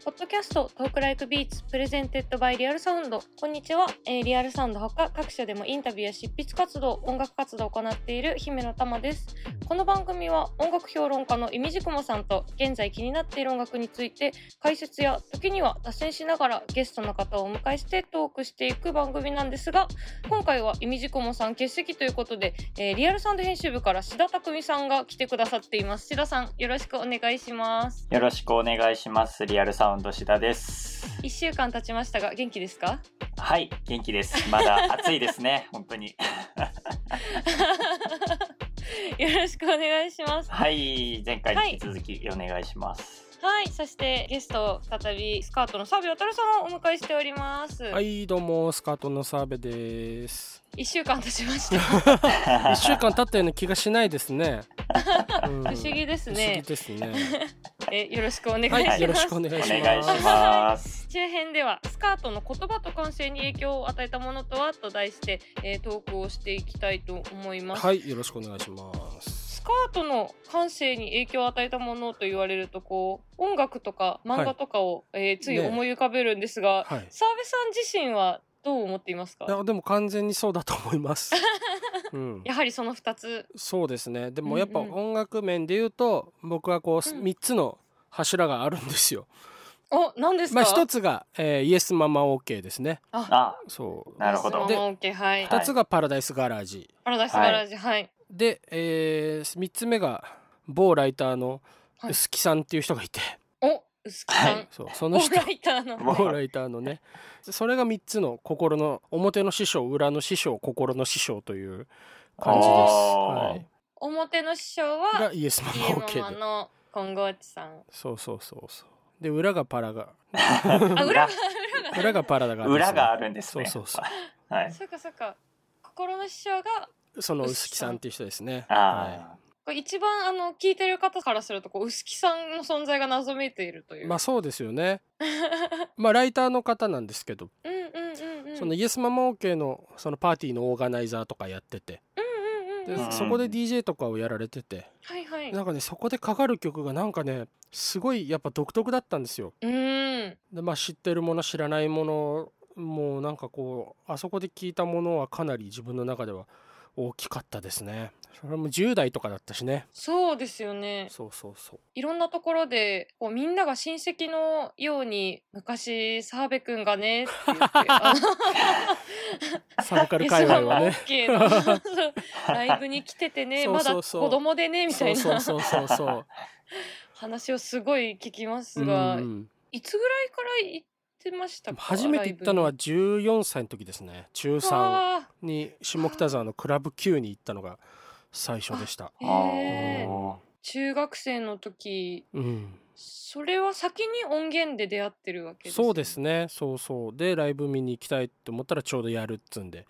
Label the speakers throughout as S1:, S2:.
S1: ストトークライクビーツプレゼンテッドバイリアルサウンドこんにちは、えーリアルサウンドほか各所でもインタビューや執筆活動音楽活動を行っている姫野玉ですこの番組は音楽評論家のいみじくもさんと現在気になっている音楽について解説や時には脱線しながらゲストの方をお迎えしてトークしていく番組なんですが今回はいみじくもさん欠席ということで、えーリアルサウンド編集部から志田匠さんが来てくださっています志田さんよろしくお願いします
S2: よろしくお願いします。リアルサウンド志田です。
S1: 1週間経ちましたが元気ですか
S2: はい、元気です。まだ暑いですね、 本当に。
S1: よろしくお願いします
S2: はい、前回に引き続きお願いします。
S1: はいそしてゲスト再びスカートの澤部渉さんをお迎えしております、、
S3: はいいどうもスカートの澤部です
S1: 1週間経ちました
S3: 1週間経ったような気がしないで すね、うん
S1: 不思議です
S3: 不思議
S1: ね。
S3: です ね
S1: え、よろしくお願いします。
S3: はいよろしくお願
S2: お
S3: いし
S2: 願い
S3: ま
S2: し
S3: す
S2: ます。
S1: 周辺ではスカートの言葉と感性に影響を与えたものとはと題して、えー、トークをしていきたいと思います。
S3: はいよろしくお願いします
S1: スカートの感性に影響を与えたものと言われるとこう音楽とか漫画とかを、えーつい
S3: ね
S1: 思い浮かべるんですが、
S3: はい
S1: 澤部さん自身はどう思っていますか
S3: いやでも完全にそうだと思います、 うん、
S1: やはりその2つ。
S3: そうですねで
S1: うんう
S3: も
S1: ん
S3: やっぱ音楽面で言うと僕はこう
S1: うん
S3: 3つの柱があるんですよ、
S1: お何ですか、
S3: まあ1つが、えーイエスママ OK ですね
S2: あ、
S3: そう
S2: なるほど
S1: で、OK、はい。
S3: 2つがパラダイスガラージ
S1: パラダイスガラージ、はい。
S3: で、え3つ目が某ライターの薄木さんっていう人がいて、
S1: お、薄木さん。
S2: は
S3: そうそ
S1: オ
S3: の
S1: ー
S3: 人
S1: ライターの。
S3: 某ライターのねそれが3つの心の表の師匠裏の師匠心の師匠という感じで
S2: お
S3: す、
S2: ー
S3: は
S1: 表の師匠
S3: い、
S1: は
S3: がイエスママ
S1: イエマ
S3: OK で、
S1: マの金剛地 さん。
S3: そうそうそうそうで裏がパラが
S1: あ、裏が
S2: 裏、
S3: 裏がパラだが
S2: 裏があるんです
S3: そ
S2: ね。
S3: うそうそ
S2: はい。
S1: そうかそうか。心の師匠が
S3: うその薄木さんっていう人ですねは
S2: あ
S1: これ一番あの聞いてる方からするとこう薄木さんの存在が謎めいているとい。
S3: いうまあそうですよねまあライターの方なんですけど、
S1: うんうんうんうん。
S3: そのイエスママ OK のそのパーティーのオーガナイザーとかやってて
S1: うんうん
S3: で
S1: うんうん。
S3: そこで DJ とかをやられてて
S1: はいはい。
S3: なんかねそこでかかる曲がなんかねすごいやっぱ独特だったんですよ
S1: うん。
S3: でまあ知ってるもの知らないものもうなんかこうあそこで聞いたものはかなり自分の中では大きかったですねそれも10代とかだったしね
S1: そうですよね。
S3: そうそうそう
S1: いろんなところでこうみんなが親戚のように昔澤部くんがねって言 って。あの
S3: サブカル界隈 はね
S1: ゲスママ OK の ライブに来ててね
S3: そう
S1: まだ
S3: そ
S1: 子
S3: うそう
S1: 供でねみた
S3: そ
S1: いうな
S3: そうそうそうそう
S1: 話をすごい聞きます
S3: うん
S1: が、
S3: うん
S1: いつぐらいから行ってましたか
S3: 初めて行ったのは14歳の時ですね中3
S1: あ
S3: に下北沢のクラブ Q に行ったのが最初でした
S1: ー
S2: あ。
S1: へー
S2: お
S1: 中学生の時
S3: うん
S1: それは先に音源で出会ってるわけですね
S3: そうですねそうそうでライブ見に行きたいって思ったらちょうどやるっつんで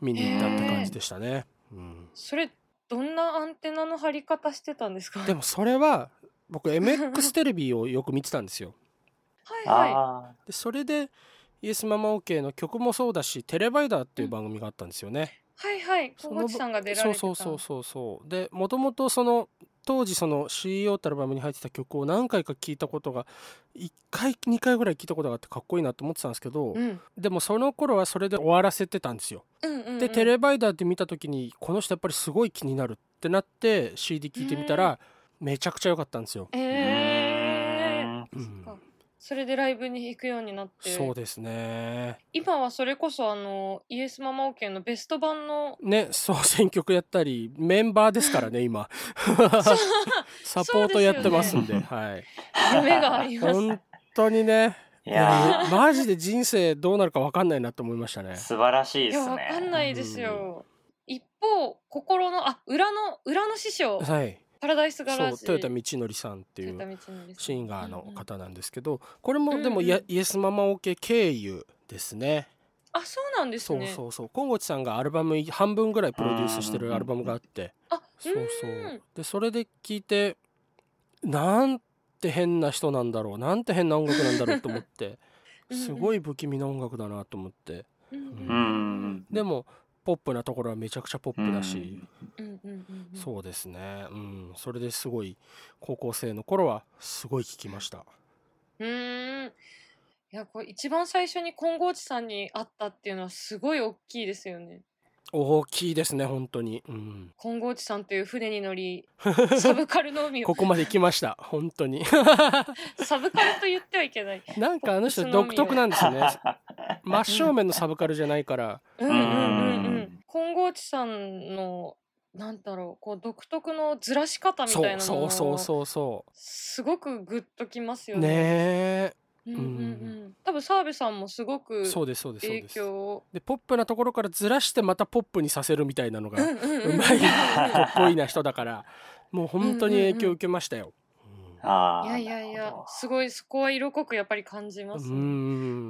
S3: 見に行ったって感じでしたね、うん、
S1: それどんなアンテナの張り方してたんですか
S3: でもそれは僕 MX テレビをよく見てたんですよ
S1: はい
S2: ー
S1: は
S2: あ
S3: でそれで「イエスママ OK」の曲もそうだし「テレバイダー」っていう番組があったんですよね、
S1: いはいはい
S3: そ
S1: 小
S3: の
S1: 口さんが出られ
S3: そう
S1: てた
S3: そうそうそうそうでもともとその当時その CEO ってアルバムに入ってた曲を何回か聞いたことが1回2回ぐらい聞いたことがあってかっこいいなと思ってたんですけど、
S1: うん、
S3: でもその頃はそれで終わらせてたんですよ
S1: うんうんうん
S3: で、テレバイダーって見た時にこの人やっぱりすごい気になるってなって CD 聞いてみたらめちゃくちゃ良かったんですよ。
S2: ー
S1: えー、
S2: うーん
S3: うん
S1: そっかそれでライブに行くようになって
S3: そうですね。
S1: 今はそれこそあのイエスママオケのベスト版 の
S3: ね、総選曲やったりメンバーですから ね今サポートやってますんではい
S1: 夢があります
S3: 本当にね
S2: い
S3: い
S2: や
S3: やマジで人生どうなるか分かんないなと思いましたね
S2: ー、素晴らしい
S1: い
S2: で
S1: や、
S2: す
S1: わかん
S2: ね。
S1: ないですよ。一方、心の、あ、裏の、裏の師匠、
S3: はい
S1: パラダイスガ
S3: そ
S1: ラ
S3: う
S1: ージ。
S3: 豊田道則さんってい
S1: トヨ
S3: う
S1: タ道のりさん
S3: シンガーの。方なんですけどこれもで
S1: うんう
S3: も
S1: ん
S3: イエイエスママ OK 経由ですね
S1: あ、そうなんです
S3: そう
S1: ね。
S3: そうそう今後さんがアルバム半分ぐらいプロデュースしてるアルバムがあって
S1: あ、
S3: そうそう
S1: ーん
S3: うでそれで聞いてなんて変な人なんだろうなんて変な音楽なんだろうと思って
S1: うんうん
S3: すごい不気味な音楽だなと思って
S1: うん
S2: うーん。
S3: でもポップなところはめちゃくちゃポップだし
S1: うんうんうんうん
S3: そうですねうんそれですごい高校生の頃はすごい聴きました
S1: うーん。いやこれ一番最初に金剛地さんに会ったっていうのはすごい大きいですよね
S3: 大きいですね本当に、うん、
S1: 金剛地さんという船に乗 りサブカルの海を
S3: ここまで来ました本当 に
S1: サブカルと言ってはい けない
S3: なんかあの人
S1: ポップスの海を
S3: 独特なんですよね真正面のサブカルじゃないから
S1: うんうんうんう
S2: うん
S1: ん金剛地さんのなんだろうこう独特のずらし方みた
S3: そ
S1: いうなの
S3: そう
S1: も
S3: そうそうそ
S1: すごくグッときます
S3: う
S1: よね
S3: ね
S1: うんうんう
S3: うん
S1: ん多分澤部さんもすごく
S3: えそうですそうですそう
S1: 影
S3: です
S1: 響を
S3: でポップなところからずらしてまたポップにさせるみたいな のが
S1: うんうん
S3: う
S1: うん
S3: まいかっこいいな人だからもう本当に影響を受けましたよ。うん
S2: ああ。
S1: いやいやい
S2: なる
S1: や
S2: ほど
S1: すごいそこは色濃くやっぱり感じますね、
S3: うん
S1: う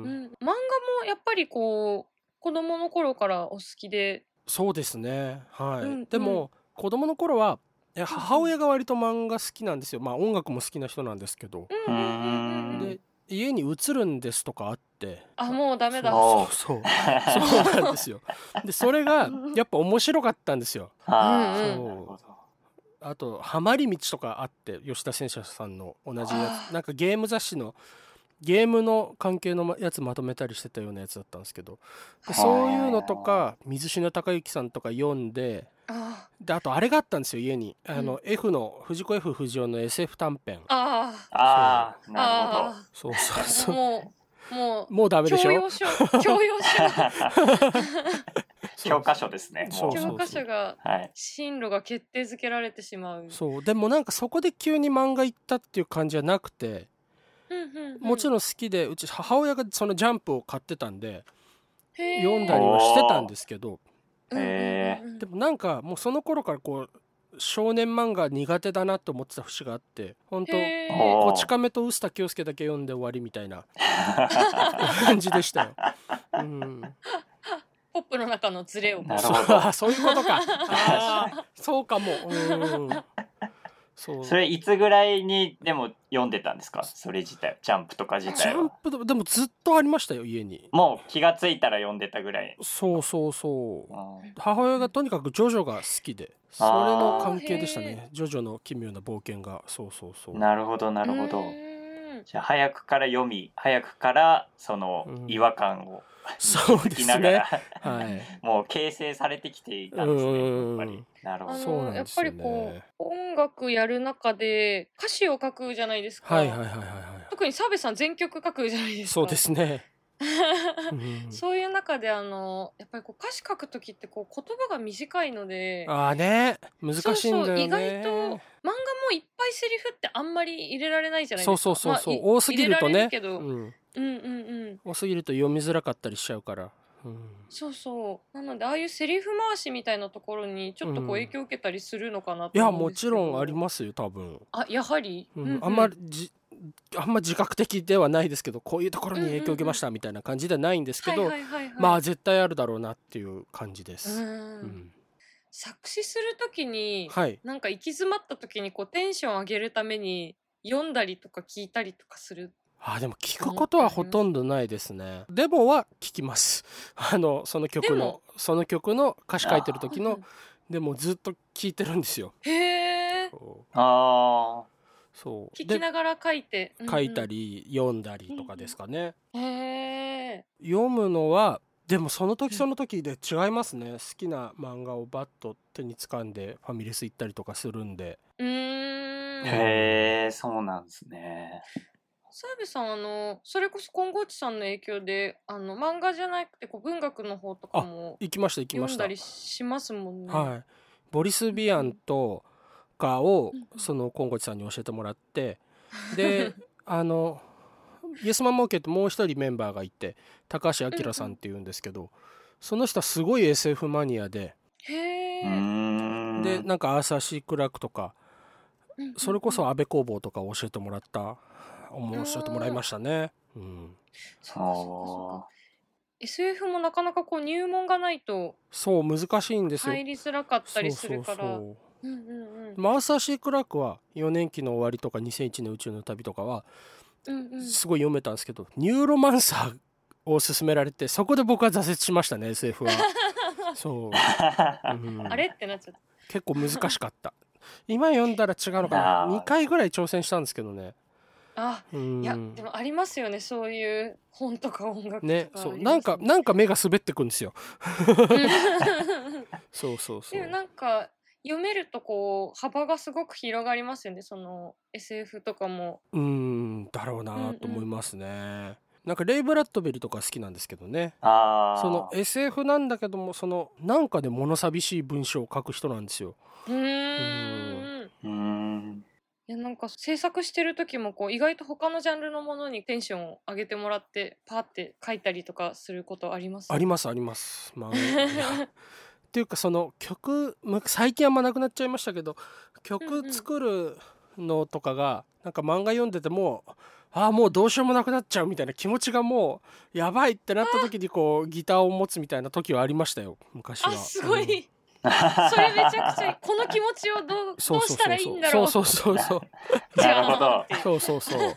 S1: ん、漫画もやっぱりこう子供の頃からお好きで、
S3: そうですね、はい
S1: うん
S3: でも子供の頃はいや母親が割と漫画好きなんですよ、まあ、音楽も好きな人なんですけど、
S1: うんうんうんうん
S2: う
S1: うん
S3: で家に「映るんです」とかあって
S1: あもうダメだ
S2: そう
S3: そう そうそうそうなんですよでそれがやっぱ面白かったんですよ
S2: ああ、
S1: うん
S3: うん
S2: なるほど。
S3: あと「はまり道」とかあって吉田戦車さんの同じや
S1: あ
S3: つ
S1: ー
S3: なんかゲーム雑誌のゲームの関係のやつまとめたりしてたようなやつだったんですけどでそういうのとか水篠孝之さんとか読んで
S1: あ
S3: であとあれがあったんですよ家にあの、F の藤子 F 不二雄の SF 短編
S1: あ
S2: ああ、
S1: あ
S2: なるほど。
S1: あ
S3: そうそう
S1: あ
S3: そう
S1: もうもう
S3: もうダメでし
S1: 教養
S3: ょ
S1: 書 教養書
S2: 教科書ですね。も
S3: そうそう
S1: 教科書が
S2: はい。
S1: 進路が決定づけられてしまう
S3: そうでもなんかそこで急に漫画行ったっていう感じはなくて
S1: うんうんうん
S3: もちろん好きでうち母親がそのジャンプを買ってたんで
S1: へー
S3: 読んだりはしてたんですけど
S1: うんうんうん
S2: へ
S1: うん
S3: でもなんかもうその頃からこう少年漫画苦手だなと思ってた節があって本当
S1: へー
S2: おー
S3: こち亀と臼田恭介だけ読んで終わりみた いな感じでしたよ。うん、
S1: ポップの中のズレを
S2: なる
S3: そ
S2: ほ
S3: う
S2: ど
S3: あ そういうことか。あーそうかも。うん、そう
S2: それいつぐらいにでも読んでたんですかそれ自体、ジャンプとか自
S3: ジ
S2: 体
S3: ャン
S2: は。
S3: プででもずっとありましたよ家に。
S2: もう気がついたら読んでたぐらい。
S3: そうそうそう。
S2: うん
S3: 母親がとにかくジョジョが好きでそれの関係でしたねジョジョの奇妙な冒険がそうそうそう
S2: なるほど、なるほ
S1: う
S2: ど。
S1: ーん
S2: じゃあ早くから読み、早くからその
S3: うん
S2: 違和感を
S3: そう
S2: 聞
S3: で
S2: きな
S3: す
S2: が
S3: ね
S2: ら、
S3: はい
S2: もう形成されてきていたんですね、やっぱり。なるほ
S1: あ
S2: ど。
S3: そう
S1: の
S3: なん
S1: やっ
S3: です
S1: ぱ
S3: よ
S1: り
S3: ね
S1: こう音楽やる中で歌詞を書くじゃないですか、
S3: はいはいはいはいは
S1: 特に澤部さん全曲書くじゃないで
S3: い
S1: すか
S3: そう ですね、うん
S1: そういう中であのやっぱりこう歌詞書く時ってこう言葉が短いので漫
S3: ああね難しいんだ
S1: そ
S3: よね
S1: うそう意外と画もいっぱいセリフってあんまり入れられないじゃないです
S3: そ
S1: か
S3: うそうそうそう、
S1: まあい
S3: 多すぎると
S1: 入れられ
S3: ね
S1: けど、
S3: うん、
S1: うんうんうん
S3: 多すぎると読みづらかったりしちゃうから、うん、
S1: そうそうなのでああいうセリフ回しみたいなところにちょっとこう
S3: うん
S1: 影響を受けたりするのかないと
S3: や
S1: 思うん
S3: も
S1: です
S3: ち
S1: けど
S3: ろんありますよ多分、
S1: あやはり、
S3: うん
S1: うう
S3: あんまりじあんま自覚的ではないですけどこういうところに影響を受けましたみたいな感じではないんですけ
S1: は
S3: ど、
S1: いはいはいはい、
S3: まあ絶対あるだろうなっていう感じです、
S1: うん
S3: うん
S1: 作詞するときに、
S3: はい
S1: なんか行き詰まったときにこうテンション上げるために読んだりとか聞いたりとかする。
S3: あーでも聞くことはほとんどないですね。デボは聞きます。 あのその曲
S1: で
S3: の
S1: も
S3: その曲の歌詞書いてる時
S1: う
S3: の
S1: んうん
S3: でもずっと聞いてるんですよ。
S1: へえ。
S3: こう
S2: あ
S3: そう。
S1: 聞きながら書いて。
S3: で書いた
S1: り。
S3: り読んだりとかですかね。
S1: へえ。
S3: 読むのはでもその時その時で違いますね。好きな漫画をバッと手に掴んでファミレス行ったりとかするんで。
S1: うーん。
S2: あ。
S3: ね
S2: へえ、そうなんですね。
S1: 澤部さんあのそれこそ金剛地さんの影響であの漫画じゃなくてこう文学の方とかも
S3: 行きました行き
S1: 読
S3: まし
S1: ん
S3: た
S1: だ。りしますもんね。
S3: はい、ボリス・ビアンとかを
S1: うん
S3: そのコンゴチさんに教えてもら ってであのイエスマン・モーケットもう一人メンバーがいて高橋明さんっていうんですけど、その人はすごい SF マニアで、
S1: へ
S2: うー
S1: え。
S2: ん。
S3: でなんかアーサー・シー・クラークとか
S1: うん
S3: それこそ安部公房とかを教えてもらった教えてもらいましたね。うん
S1: そうかそうかそうか。SF もなかなかこう入門がないと
S3: そう難しいんですよ。
S1: 入りづらかったりす
S3: そうそ
S1: る
S3: う
S1: か
S3: そ
S1: ら。
S3: う
S1: うんうんうん。
S3: マーサー・シー・クラークは4年期の終わりとか2001年宇宙の旅とかは
S1: うんうん。
S3: すごい読めたんですけど、ニューロマンサーを勧められてそこで僕は挫折しましたね SF はそう、 うん
S1: あれってなっちゃった。
S3: 結構難しかった今読んだら違うのかな
S2: あー
S3: 2回ぐらい挑戦したんですけどね
S1: あ
S3: うん
S1: いやでもありますよねそういう本とか音楽とか、
S3: ねそうなんかなんか目が滑ってくんですよ
S1: うん
S3: そうそうそ
S1: で
S3: う
S1: もなんか読めるとこう幅がすごく広がりますよねその SF とかも。
S3: うんだろうなと思いますね、なんかレイ・ブラッドベリとか好きなんですけどね
S2: ああ。
S3: その SF なんだけどもそのなんかで物寂しい文章を書く人なんですよ
S1: うーん
S2: うーん。
S1: いやなんか制作してる時もこう意外と他のジャンルのものにテンションを上げてもらってパーって書いたりとかすることあります
S3: ありますありますまあい やっていうかその曲ま最近あんまなくなっちゃいましたけど
S1: うんう
S3: 曲
S1: ん
S3: 作るのとかがなんか漫画読んでてもああもうどうしようもなくなっちゃうみたいな気持ちがもうやばいってなった時にこうギターを持つみたいな時はありましたよ昔は
S1: あすご
S3: うん
S1: いそれめちゃくちゃいいこの気持ちをどうどうしたらいいんだろう
S3: そうそうそう
S1: じ
S2: な
S1: ゃ
S2: るほ
S1: あ
S2: ど。
S3: そうそうそうそう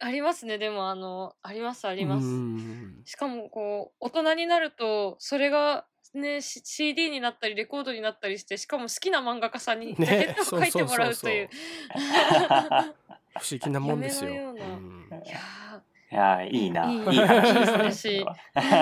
S1: ありますねでもあのありますあり
S3: う
S1: ます。
S3: ん
S1: しかもこう大人になるとそれがね、C- CD になったりレコードになったりしてしかも好きな漫画家さんに
S3: ね
S1: ジャケットを書いてもらうという,、
S3: 不思議なもんですよ
S1: 夢のような
S3: うん
S1: いや
S2: いやーいいな。
S1: い
S2: い
S1: いい
S2: い
S1: い
S2: な。
S1: ですねし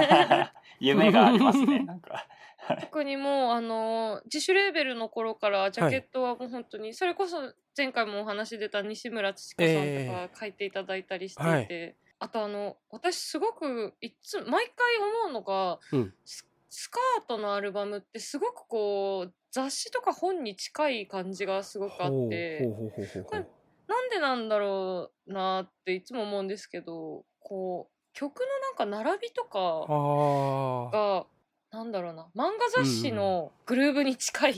S2: 夢がありますね。なん か。
S1: ー特にもうあのー自主レーベルの頃からジャケットはもう本当に、それこそ前回もお話出た西村つちこさん
S3: え
S1: とか書いていただいたりしていて、あとあの私すごくいっつも毎回思うのが、
S3: うん
S1: ススカートのアルバムってすごくこう雑誌とか本に近い感じがすごくあ
S3: ほ
S1: っ
S3: う
S1: て。
S3: ほうほうほうほうほう
S1: なんでなんだろうなっていつも思うんですけどこう曲のなんか並びとか
S3: あ あ。
S1: がなんだろうな漫画雑誌のグルーブに近い、
S2: お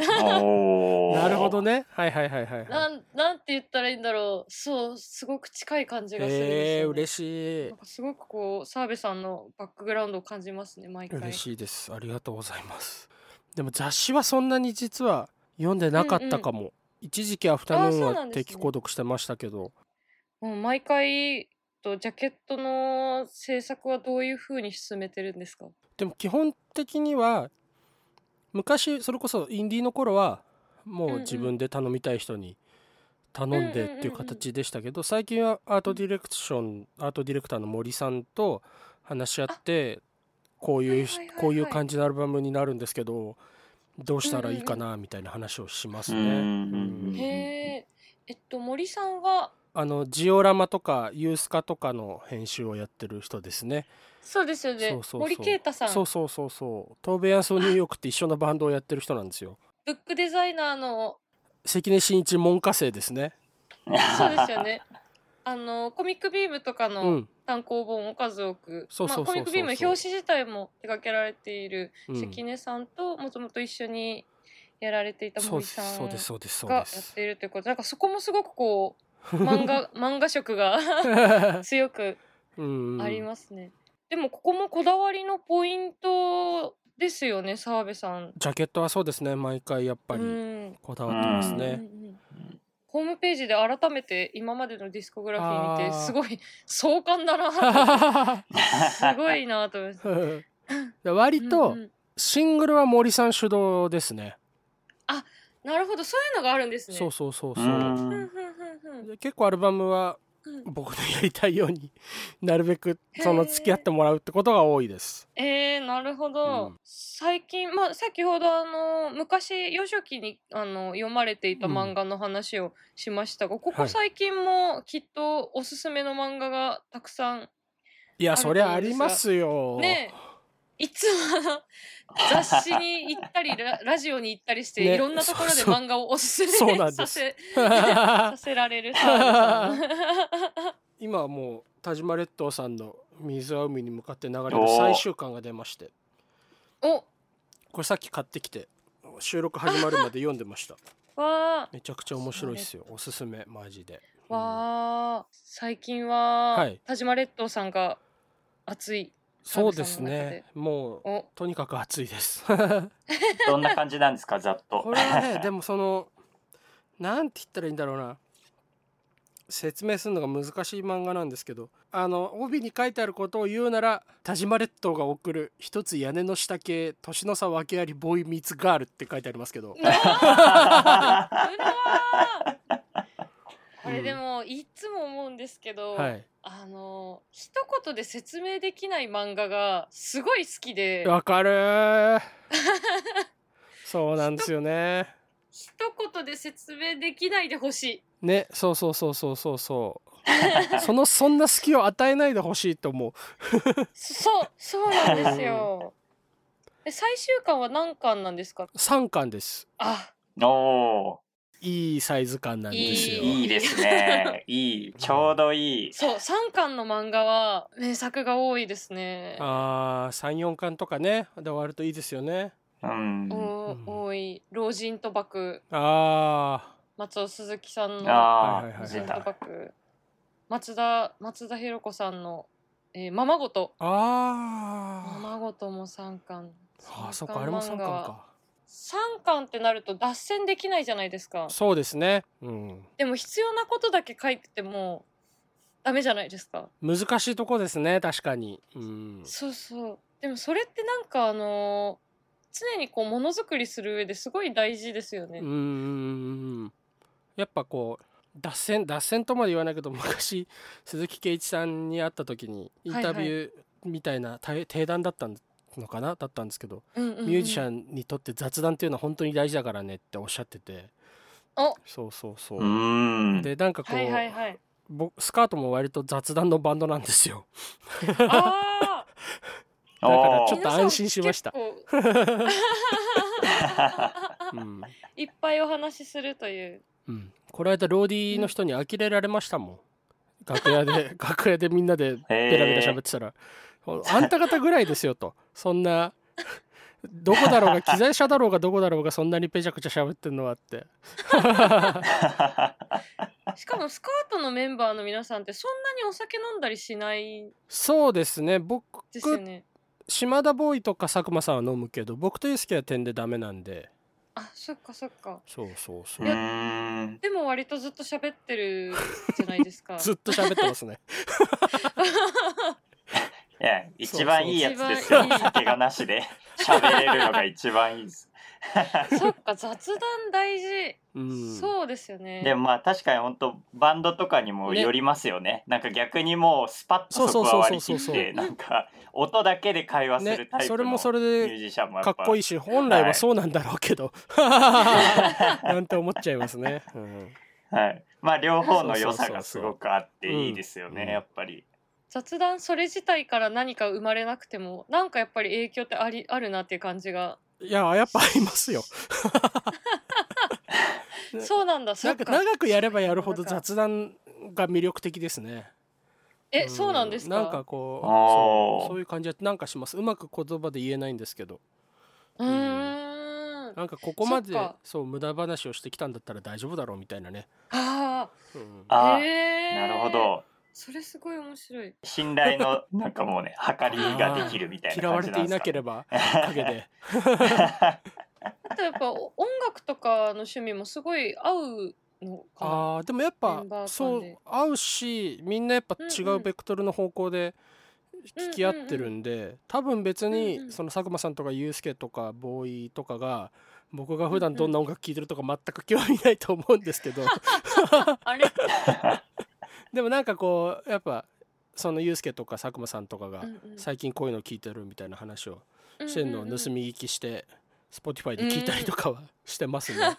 S2: ー
S3: なるほど。ね。はいはいはいはいは。
S1: ないんなんて言ったらいいんだろうそうすごく近い感じがするんです
S3: えー、
S1: よね、
S3: 嬉しい
S1: なん。かすごくこう澤部さんのバックグラウンドを感じますね毎回
S3: 嬉しいです。ありがとうございます。でも雑誌はそんなに実は読んでなかったかも。一時期アフタヌーン
S1: あそうな
S3: は
S1: んですね
S3: 定期購読してましたけど。
S1: もう毎回とジャケットの制作はどういう風に進めてるんですか
S3: でも基本的には昔それこそインディーの頃は
S1: うん
S3: もう
S1: うん
S3: 自分で頼みたい人に頼んでっていう形でしたけど最近はアートディレクションアートディレクターの森さんと話し合ってこういう
S1: はいはいはいはい
S3: こういう感じのアルバムになるんですけどどうしたらいいかなみたいな話をしますね。
S2: うんうんうん
S1: へ
S3: うん
S1: ええっと森さんは
S3: あのジオラマとかユースカとかの編集をやってる人ですね。
S1: そうですよね
S3: そうそうそう
S1: 森啓太さん
S3: そうそうそうそう。トーベヤンソーニューヨークって一緒のバンドをやってる人なんですよ。
S1: ブックデザイナー の
S3: 関根真一門下生ですね。
S1: そうですよねあのコミックビームとか
S3: う
S1: の
S3: ん、
S1: 単行本を数多く、
S3: そうそう
S1: ま
S3: そうそう
S1: あ、コミックビームの表紙自体も手掛けられている
S3: うん
S1: 関根さんともともと一緒にやられていた
S3: そう
S1: 森
S3: で
S1: さん
S3: すそうですそうですそう
S1: がや
S3: で
S1: っ
S3: す
S1: て。いるということでなんかそこもすごくこ う漫画漫画色が 強く
S3: うん、
S1: ありますね、でもここもこだわりのポイントですよね澤部さんやっ
S3: ジャケットはそうですね。毎回やっぱ
S1: う
S3: り
S1: ん
S3: こだわってます
S1: うん
S3: ね。
S1: うんうんホームページで改めて今までのディスコグラフィー見
S3: あ
S1: て
S3: ー
S1: すごい壮観だ なすごいなと思います。
S3: で割と
S1: うんうん
S3: シングルは森さん主導ですね。
S1: なるほどそういうのがあるんですね。
S3: そうそうそう
S2: う
S3: そう。
S1: ふ
S2: ん
S1: んふんふんふん
S3: で結構アルバムは
S1: うん
S3: 僕のやりたいようになるべくその付き合ってもらうってことが多いです。
S1: えー、なるほど、
S3: うん
S1: 最近、まあ、先ほどあの昔幼少期にあの読まれていた漫画の話をしましたが、こ
S3: は
S1: こ
S3: い
S1: 最近もきっとおすすめの漫画がたくさん
S3: いやそりゃありますよ。
S1: ねえいつも雑誌に行ったり ララジオに行ったりして、
S3: ね
S1: いろんなところで
S3: そうそう
S1: 漫画をおすすめ
S3: そうなんです
S1: させ させられる
S3: 今はもう田島列島さんの水は海に向かって流れる最終巻が出まして
S1: お
S3: これさっき買ってきて収録始まるまで読んでました
S1: わ
S3: めちゃくちゃ面白いっすよおすすめマジで
S1: ーわー最近は、
S3: はい
S1: 田島列島さんが熱い
S3: そうです
S1: サービスの中で
S3: ねもう
S1: お
S3: とにかく暑いです
S2: どんな感じなんですか、ざっ。
S3: ことれはねでもそのなんて言ったらいいんだろうな説明するのが難しい漫画なんですけどあの帯に書いてあることを言うなら田島列島が送る一つ屋根の下系年の差訳ありボーイミーツガールって書いてありますけど
S1: うわーこれでもいつも思うんですけど、
S3: はい
S1: あの一言で説明できない漫画がすごい好きで
S3: わかるーそうなんですよね
S1: 一言で説明できないでほしい
S3: ねそうそうそうそうそうそうそのそんな隙を与えないでほしいと思う
S1: そうそうなんです よえ最終巻は何巻なんですか
S3: 3巻です
S1: あ
S2: お
S3: いいサイズ感なんです
S2: ー
S3: よ
S2: いいで すね。いい。ちょうどいい。
S1: そう3巻の漫画は名作が多いですね
S3: あ34巻とかねで終わるといいですよね
S2: うん。
S1: お
S3: うん
S1: 多い「老人賭博
S3: あ」
S1: 松尾鈴木さんの
S2: あ
S3: はいはい
S1: 「
S2: あ、
S3: はい
S1: 老
S2: 出
S1: 人
S2: た
S1: 賭。博」松田松田博子さんの「えー、ままごと」
S3: ーあ
S1: ま
S3: ー
S1: まごとも3巻
S3: あーそっかあれも3巻か
S1: 3巻ってなると脱線できないじゃないですか
S3: そうですねうん
S1: でも必要なことだけ書いててもダメじゃないですか
S3: 難しいとこですね確かにうん
S1: そうそうでもそれってなんかあのー常にこうものづくりする上ですごい大事ですよね、
S3: うーんやっぱこう脱線脱線とまで言わないけど昔 鈴木圭一さんに会った時にインタビューみたいな対定談だったのかなだったんですけど、
S1: うんうんうん
S3: ミュージシャンにとって雑談っていうのは本当に大事だからねっておっしゃってて
S1: お
S3: そうそうそうう、
S2: ん。
S3: でなんかこう、
S1: はいはい はい
S3: 僕スカートも割と雑談のバンドなんで すよ
S1: あー
S3: だから
S2: おー
S3: ちょっと安心しました
S1: 皆さん結
S3: う
S1: 構
S3: ん、
S1: いっぱいお話しするという
S3: うん、この間ローディの人に呆れられましたもん楽 屋で楽屋でみんなでベラベラ 喋ってたら「あんた方ぐらいですよ」と「そんなどこだろうが機材車だろうがどこだろうがそんなにペチャクチャ喋ってんのは」って
S1: しかもスカートのメンバーの皆さんってそんなにお酒飲んだりしない
S3: そうですね僕
S1: ですよね
S3: 島田ボーイとか佐久間さんは飲むけど僕とユースケは点でダメなんで
S1: あそっかそっか
S3: そうそうそうう
S2: ーん。
S1: でも割とずっと喋ってるじゃないです か
S3: ずっと喋ってますね
S2: いや、一番いいやつです
S1: そうそう
S2: よ
S1: 一。番いい
S2: 酒がなし で喋れるのが一番いいです。
S1: そっか雑談大事、
S3: うん
S1: そうですよね
S2: でもまあ確かに本当バンドとかにもよりますよねなんか逆にもうスパッとそこは割り切
S3: そうそうそう
S2: っ
S3: そうそう
S2: てなんか音だけで会話す
S3: ね
S2: るタイ
S3: そ
S2: プの
S3: れ
S2: ミ
S3: も
S2: ュ
S3: それで
S2: ージシャンもや
S3: か
S2: っ
S3: っ
S2: ぱ
S3: こいいし本来はそうなんだろうけど、 なんて思っちゃいますね、うん
S2: はい、まあ両方の良
S3: そうそう
S2: さ
S3: そうそう
S2: がすごくあっていいですよ
S3: うん
S2: ねやっぱり。
S1: 雑談それ自体から何か生まれなくてもなんかやっぱり影響ってありあるなっていう感じが
S3: いややっぱありますよね
S1: そうなんだそ
S3: な
S1: っ
S3: んか
S1: か
S3: 長くやればやるほど雑談が魅力的ですね
S1: え、
S3: ん
S1: そうなんですか
S3: なんかこう
S2: あー
S3: そうそういう感じはなんかしますうまく言葉で言えないんですけど
S1: うーんあ
S3: なんかここまで
S1: そっか
S3: そう無駄話をしてきたんだったら大丈夫だろうみたいなね、
S1: あ
S3: うん
S2: あ
S1: ー
S2: ー
S1: へえ
S2: なるほど
S1: それすごい面白い
S2: 信頼 のなんかもうね測りができるみたいな
S3: 嫌わ
S2: 感
S3: れ
S2: じ
S3: て
S2: なんですか、ね、
S3: いなければ陰で
S1: あとやっぱお音楽とかの趣味もすごい合うのかな
S3: あーでもやっ
S1: メ
S3: ぱ
S1: ンバー間で
S3: そう合うしみんなやっぱ違
S1: んう
S3: うんベクトルの方向で聞き合ってるんで、多分別
S1: うんう
S3: に
S1: ん
S3: その佐久間さんとかユースケとかボーイとかが僕が普段どんな音楽聴いてるとか全く興味ないと思うんで すけど
S1: あれ、
S3: でもなんかこうやっぱそのユースケとか佐久間さんとかが
S1: うんうん
S3: 最近こういうの聞いてるみたいな話を
S1: うん
S3: してるのを
S1: うんうん
S3: 盗み聞きして。Spotify で聞いたりとかはしてますね。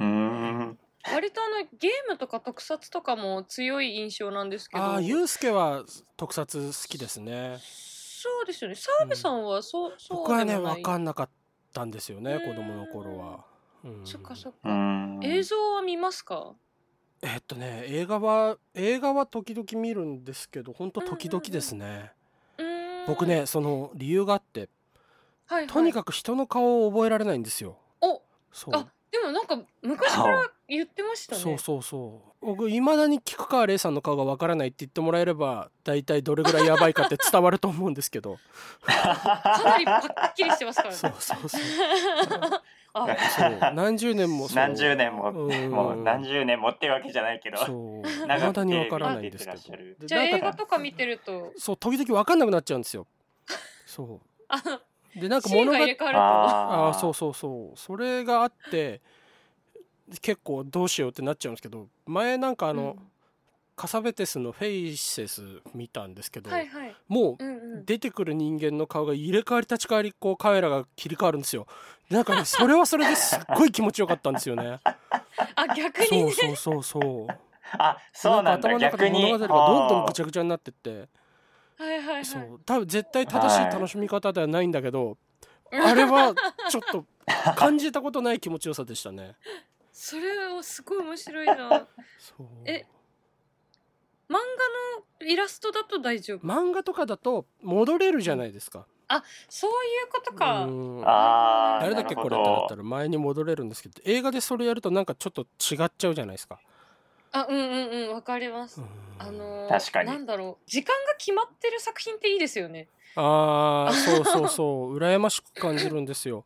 S2: うーん
S1: 割とあのゲームとか特撮とかも強い印象なんですけど
S3: ああ、ユースケは特撮好きですね。
S1: そうですよね澤部さんはそう、そう
S3: 僕はね
S1: でもない
S3: 分かんなかったんですよね
S1: うーん
S3: 子供の頃は、うん
S1: そっかそっ
S2: う
S1: か、
S2: ーん
S1: 映像は見ますか
S3: えっとね映画は映画は時々見るんですけど本当時々ですね、
S1: うーん
S3: 僕、ねその理由があって
S1: はいはい、
S3: とにかく人の顔を覚えられないんですよ
S1: お
S3: そう
S1: あでもなんか昔から言ってましたね
S3: そうそうそう僕いまだに菊川玲さんの顔がわからないって言ってもらえれば大体どれぐらいやばいかって伝わると思うんです けど
S1: か なりパッキリしてますからね
S3: そう そうそう
S1: あ
S3: そう何十年もそう
S2: 何十年も
S3: うん
S2: もう何十年もってわけじゃないけど
S3: そうい
S2: 長
S3: ま
S2: くテレ
S3: だ
S2: ビ
S3: にわからないんです
S2: 出て
S3: け
S2: らっしゃる
S3: ど
S1: じゃあ
S3: でな
S1: 映
S3: んか
S1: 画とか見てると
S3: そう時々わかんなくなっちゃうんですよ。そう
S1: あの
S3: でなんか
S1: シーン
S3: 物
S1: が
S3: が
S1: 入れ替わると
S2: あ
S3: ああそうそうそうそれがあって結構どうしようってなっちゃうんですけど前なんかあの、
S1: うん
S3: カサベテスのフェイセス見たんですけど、
S1: はいはい。
S3: もう
S1: うんうん。
S3: 出てくる人間の顔が入れ替わり立ち替わりこうカメラが切り替わるんですよなんかねそれはそれですっごい気持ちよかったんですよね
S1: あ、逆に
S3: そう
S1: ね。
S3: そうそうそう
S2: あそうなんだ
S3: か頭の中
S2: 逆
S3: で
S2: に
S3: 物語がどんどん
S2: あー
S3: ぐちゃぐちゃになってって
S1: はいはいはい。
S3: そう多分絶対正しい楽しみ方ではないんだけど、あれはちょっ と感じたことない気持ちよさでしたね
S1: それをすごい面白いな。
S3: そう
S1: え漫画のイラストだと大丈夫。
S3: 漫画とかだと戻れるじゃないですか
S1: そういうことか。
S3: うん
S2: あー
S3: 誰だっけ
S2: な
S3: こ
S2: るほ
S3: れ
S2: ど
S3: ってなったら前に戻れるんですけど映画でそれやるとなんかちょっと違っちゃうじゃないですか、
S1: あ、うんうんうん、わかります
S3: う。ん
S1: あのー
S2: 確かに
S1: なんだろう。時間が決まってる作品っていいですよね。
S3: あーそうそうそう 羨ましく感じるんですよ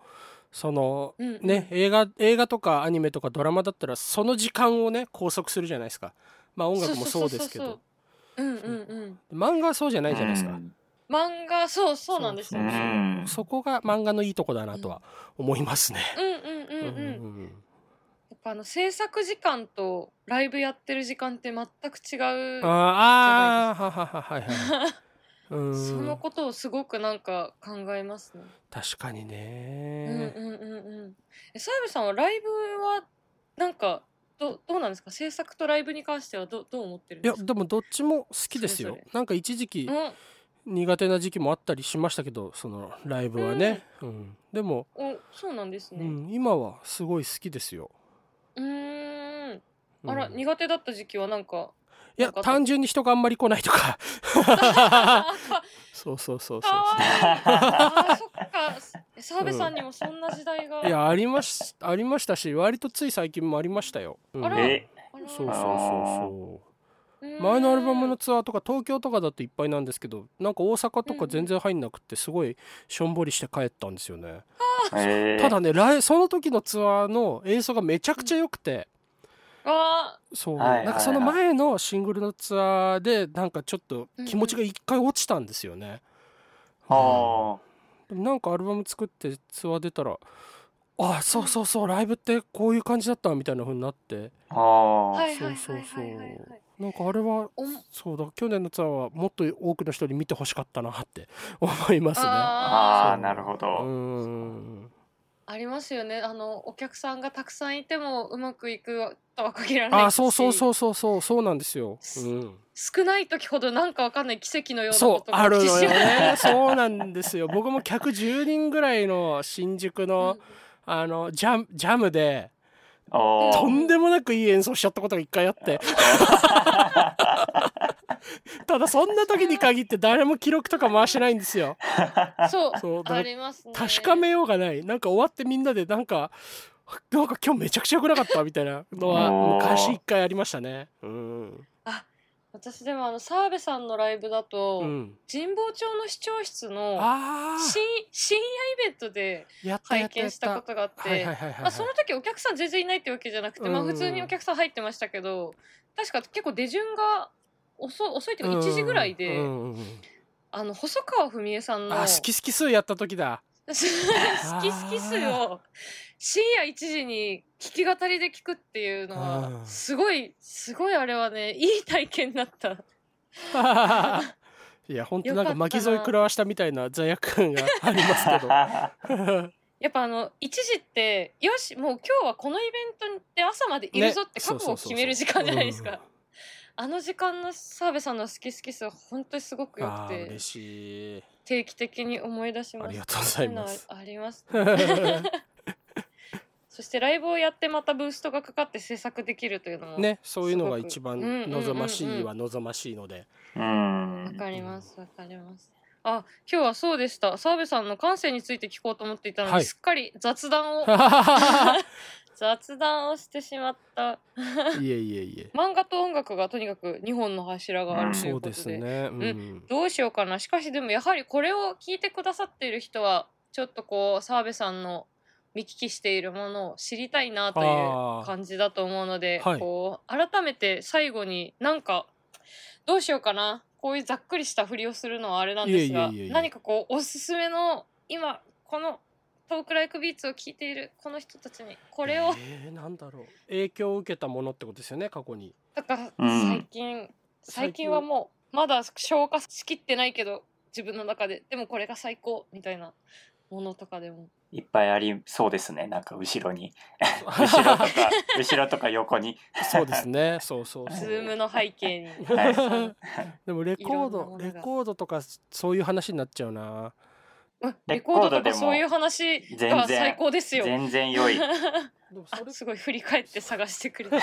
S3: その
S1: うんうん
S3: ね映画映画とかアニメとかドラマだったらその時間をね拘束するじゃないですかまあ音楽もそうですけ
S1: そう
S3: ど
S1: そうそうそう。うんうんうん。
S3: 漫画はそうじゃないじゃないですか、
S1: 漫画、そうそうなんです
S2: う
S1: よね。
S2: ん
S3: そこが漫画のいいとこだなとは思いますね、
S1: うんうんうんうん。や
S3: うん
S1: っぱあの制作時間とライブやってる時間って全く違う。
S3: あーあーははははいはいうん
S1: そのことをすごくなんか考えますね。
S3: 確かに
S1: うん
S3: ね、
S1: うんうんうん。え、サイブさんはライブはなんかどどうなんですか。制作とライブに関してはどどう思ってるん
S3: い
S1: で
S3: や
S1: すか。
S3: でもどっちも好きですよ
S1: それぞ
S3: なんか一時期
S1: うん
S3: 苦手な時期もあったりしましたけどそのライブはね、うんでも、
S1: おそうなんです
S3: う
S1: ね。
S3: ん、今はすごい好きですよ、
S1: うーん。
S3: うん
S1: あら、苦手だった時期はなんか。
S3: いや単純に人があんまり来ないと か
S1: あか
S3: そうそうそう
S1: か
S3: そう
S1: わいい。あーそっか。澤部さんにもそんな時代が。
S3: いやありましありましたし割とつい最近もありましたよ、うん
S1: あら
S2: え
S1: あら
S3: そうそうそうそ
S1: う
S3: う
S1: ーん
S3: 前のアルバムのツアーとか東京とかだといっぱいなんですけどなんか大阪とか全然入んなくてすごいしょんぼりして帰ったんですよね、
S2: えー
S3: ただね来その時のツアーの演奏がめちゃくちゃ良くて、
S1: わあ
S3: そう、
S2: はいはいはい
S3: なんかその前のシングルのツアーでなんかちょっと気持ちが一回落ちたんですよね、
S2: あ
S3: うんなんかアルバム作ってツアー出たらあそうそうそうライブってこういう感じだったみたいな風になって
S2: ーあ
S1: は
S2: ー
S1: いはいはいはいはい
S3: そうそう
S1: は
S3: そ
S1: い
S3: なんかあれは
S1: おん
S3: そうだ去年のツアーはもっと多くの人に見てほしかったなって 思いますね。
S1: あ
S2: あ
S3: そ
S2: ー
S3: う
S2: なるほ
S3: う
S2: ど
S3: ん
S1: ーありますよねあのお客さんがたくさんいてもうまくいくとは限らない
S3: あーそうそう
S1: う
S3: そうそうそうそうなんですよ。うん
S1: 少ない時ほどなんかわかんない奇跡のようなこ
S3: そう
S1: とが
S3: ある
S1: 起きてし
S3: の よ
S1: まう
S3: ね そうなんですよ僕も客10人ぐらいの新宿のあのジャムジャムで
S2: お
S3: と
S2: ー
S3: んでもなくいい演奏しちゃったことが一回あってただそんな時に限って誰も記録とか回してないんですよ
S1: うんそう
S3: そうだ
S1: ありますね
S3: 確かめようがないなんか終わってみんなでなんかなんか今日めちゃくちゃ良くなかったみたいなのは
S2: おー
S3: 昔一回ありましたねうん、
S1: 私でもあの澤部さんのライブだと、
S3: うん、
S1: 神保町の市長室の
S3: あ
S1: 深深夜イベントで
S3: あやったや
S1: 拝
S3: ったや
S1: 見
S3: っ
S1: したたことがあって、
S3: はいはいはいはい、
S1: ま
S3: は
S1: あ、その時お客さん全然いないってわけじゃなくて、まあ、
S3: うん
S1: 普通にお客さん入ってましたけど確か結構出順が遅い遅いというか
S3: い
S1: 1時ぐらいで、
S3: うんうんうん
S1: あの細川文江さんの
S3: あ好き好き数やった時だ
S1: 好き好き数を深夜1時に聞き語りで聞くっていうの
S3: う
S1: は
S3: ん
S1: すごいすごいあれはね いい体験だった。
S3: いや本当な
S1: よ
S3: んか
S1: かったな
S3: 巻き添え食らわしたみたいな罪悪感がありますけど
S1: やっぱあの1時ってよしもう今日はこのイベントで朝までいるぞって
S3: ね
S1: 覚悟を決める時間じゃないですか。あの時間の澤部さんの好き好き数は本当にすごく良
S3: あ
S1: く
S3: ー
S1: て
S3: 嬉しい
S1: 定期的に思い出します。
S3: ありがとうございま
S1: そ
S3: す
S1: ううのあります。 そしてライブをやってまたブーストがかかって制作できるというのも。。
S3: ねそういうの
S1: す
S3: が
S1: ごく
S3: 一
S1: う
S3: 番
S1: んうんうんうん
S3: 望ましいは望ましいの で
S2: うん
S1: わかります。わかります。あ、今日はそうでした。澤部さんの感性について聞こうと思っていたのに、
S3: はい
S1: すっかり雑 談を雑談をしてしまった。
S3: いえいえいえ
S1: 漫画と音楽がとにかく2本の柱があるとい
S3: そうう
S1: こと
S3: で
S1: で。
S3: すね、うん、
S1: どうしようかな。しかしでもやはりこれを聞いてくださっている人は、ちょっとこう、澤部さんの見聞きしているものを知りたいなとい
S3: あー
S1: う感じだと思うので、
S3: はい
S1: こう、改めて最後になんか、どうしようかな。こういうざっくりしたふりをするのはあれなんですが、
S3: いえいえいえいえ
S1: 何かこう、おすすめの、今、このトークライクビーツを聴いているこの人たちにこれを
S3: えー、なんだろう影響を受けたものってことですよね過 去に
S1: だから
S2: うん
S1: 最近、最近はもうまだ消化しきってないけど自分の中ででもこれが最高みたいなものとかでも
S2: いっぱいありそうですねなんか後ろ に後ろとか後ろとか横に
S3: そうですねそうそうそ
S1: ズ
S3: う
S1: ームの背景に
S2: はい
S1: そう
S3: でもレコー
S1: いろんなも
S3: ド
S1: の
S3: レ
S1: が
S3: コードとかそういう話になっちゃうな
S1: うん レ
S2: レ
S1: コ
S2: コ
S1: ード
S2: ード
S1: と
S2: で
S1: か
S2: も
S1: そういう話が最高ですよ
S2: 全然 良い
S3: でも
S1: あ
S3: それ
S1: すごい振り返って探して くれて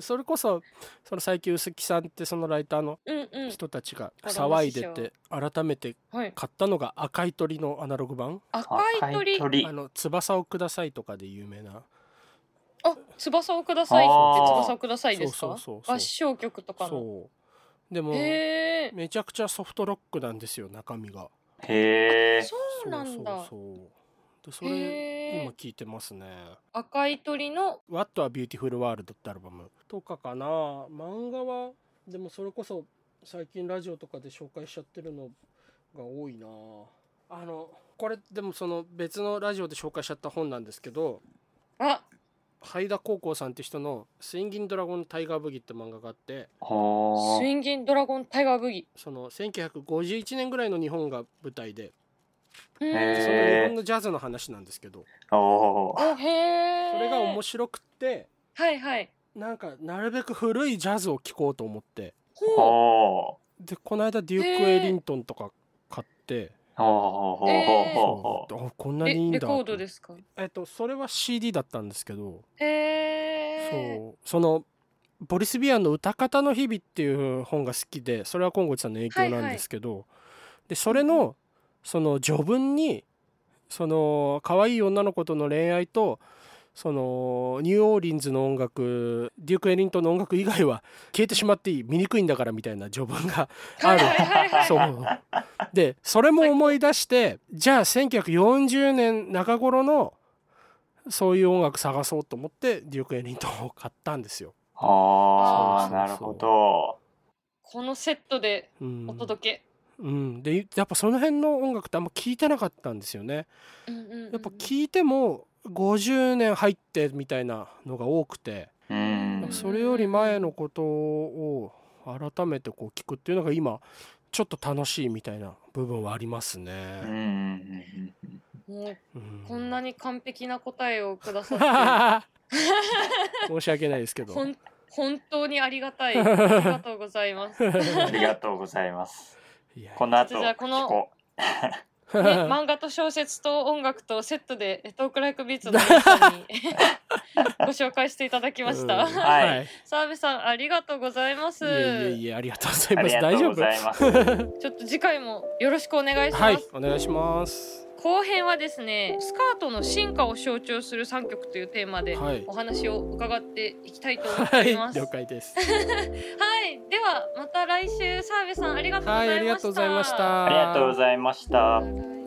S3: それこそその最近薄木さんってそのライターの
S1: うんうん
S3: 人たちが
S1: うん
S3: 騒いでて改めて
S1: はい
S3: 買ったのが赤い鳥のアナログ版
S1: 赤い鳥
S2: 鳥
S3: あの翼をくださいとかで有名な
S1: あ翼をくださいって
S2: あー
S1: 翼をくださいです
S3: そ
S1: か
S3: うそうそうそう
S1: 合唱曲とかの
S3: そうでも
S1: へえ
S3: めちゃくちゃソフトロックなんですよ中身が
S2: へえ
S1: そうなんだ
S3: そうそうそうでそれ
S1: へ
S3: 今
S1: え
S3: 聞いてますね
S1: 赤い鳥の
S3: 「What a Beautiful World」ってアルバムとかかな漫画はでもそれこそ最近ラジオとかで紹介しちゃってるのが多いなあのこれでもその別のラジオで紹介しちゃった本なんですけど
S1: あ
S3: 灰田高校さんって人の「スインギンドラゴンタイガーブギ」って漫画があって
S2: ほ
S1: ス
S2: ー
S1: インギンドラゴンタイガーブギ
S3: その1951年ぐらいの日本が舞台で
S1: うん
S2: へー
S3: その日本のジャズの話なんですけど
S2: おー
S1: おへえ
S3: それが面
S1: 白
S3: 白くって
S1: いはいはい
S3: なんかなるべく古いジャズを聴こうと思って
S1: ほ
S2: ほ
S3: でこの間デューク・エリントンとか買って、
S2: ーほーほーほーほーほ
S3: そうあこん
S1: う
S3: な
S1: レ
S3: にいいんだ
S1: レ
S3: と
S1: コードですか
S3: えっとそれは CD だったんですけど、
S1: へえ
S3: そうそのボリス・ビアンの「歌方の日々」っていう本が好きでそれは今後さんの影響なんですけど、でそれのその序文にその可愛い女の子との恋愛とそのニューオーリンズの音楽デューク・エリントンの音楽以外は消えてしまっていい醜いんだからみたいな序文があ
S1: はい
S3: る
S1: はいはいはい
S3: そうでそれも思い出してじゃあ1940年中頃のそういう音楽探そうと思ってデューク・エリントンを買ったんですよ。
S2: ーほ
S1: あ
S2: ー
S3: ー
S2: なるほど
S1: このセットで
S3: うん
S1: お届け、
S3: うん、でやっぱその辺の音楽ってあんま聞いてなかったんですよね。
S1: うんうんうんうん
S3: やっぱ聞いても50年入ってみたいなのが多くて
S2: うん
S3: それより前のことを改めてこう聞くっていうのが今ちょっと楽しいみたいな部分はあります
S2: うんう
S3: ね。
S2: んうん
S1: もう
S3: うん
S1: こんなに完璧な答えをくださっ
S3: 申 し訳ないですけ
S1: て
S3: ど
S1: ほん本当にありがた いありがとうございます、ね、
S2: ありがとうございます
S3: いや
S2: この後
S1: じゃあこの
S2: 聞こう
S1: 漫画と小説と音楽とセットでトークライクビーツの皆さんに ご紹介していただきました、
S3: うん
S2: い
S3: はい
S1: 澤部さんありがとうございます
S3: いえいえいえありがとうござい
S2: あ
S3: ま
S2: り
S3: す
S2: が
S3: 大
S2: とう
S3: 丈
S2: ご
S3: 夫
S2: ざいます
S1: ちょっと次回もよろしくお願いします、
S3: はいお願いします
S1: 後編はですねスカートの進化を象徴する3曲というテーマで
S3: はい
S1: お話を伺っていきたいと思
S3: はい
S1: います、
S3: 了解です
S1: はい、ではまた来週澤部さんありがとうご
S3: は
S1: ざいました。
S3: いありがとうございました
S2: ありがとうございました
S1: また来週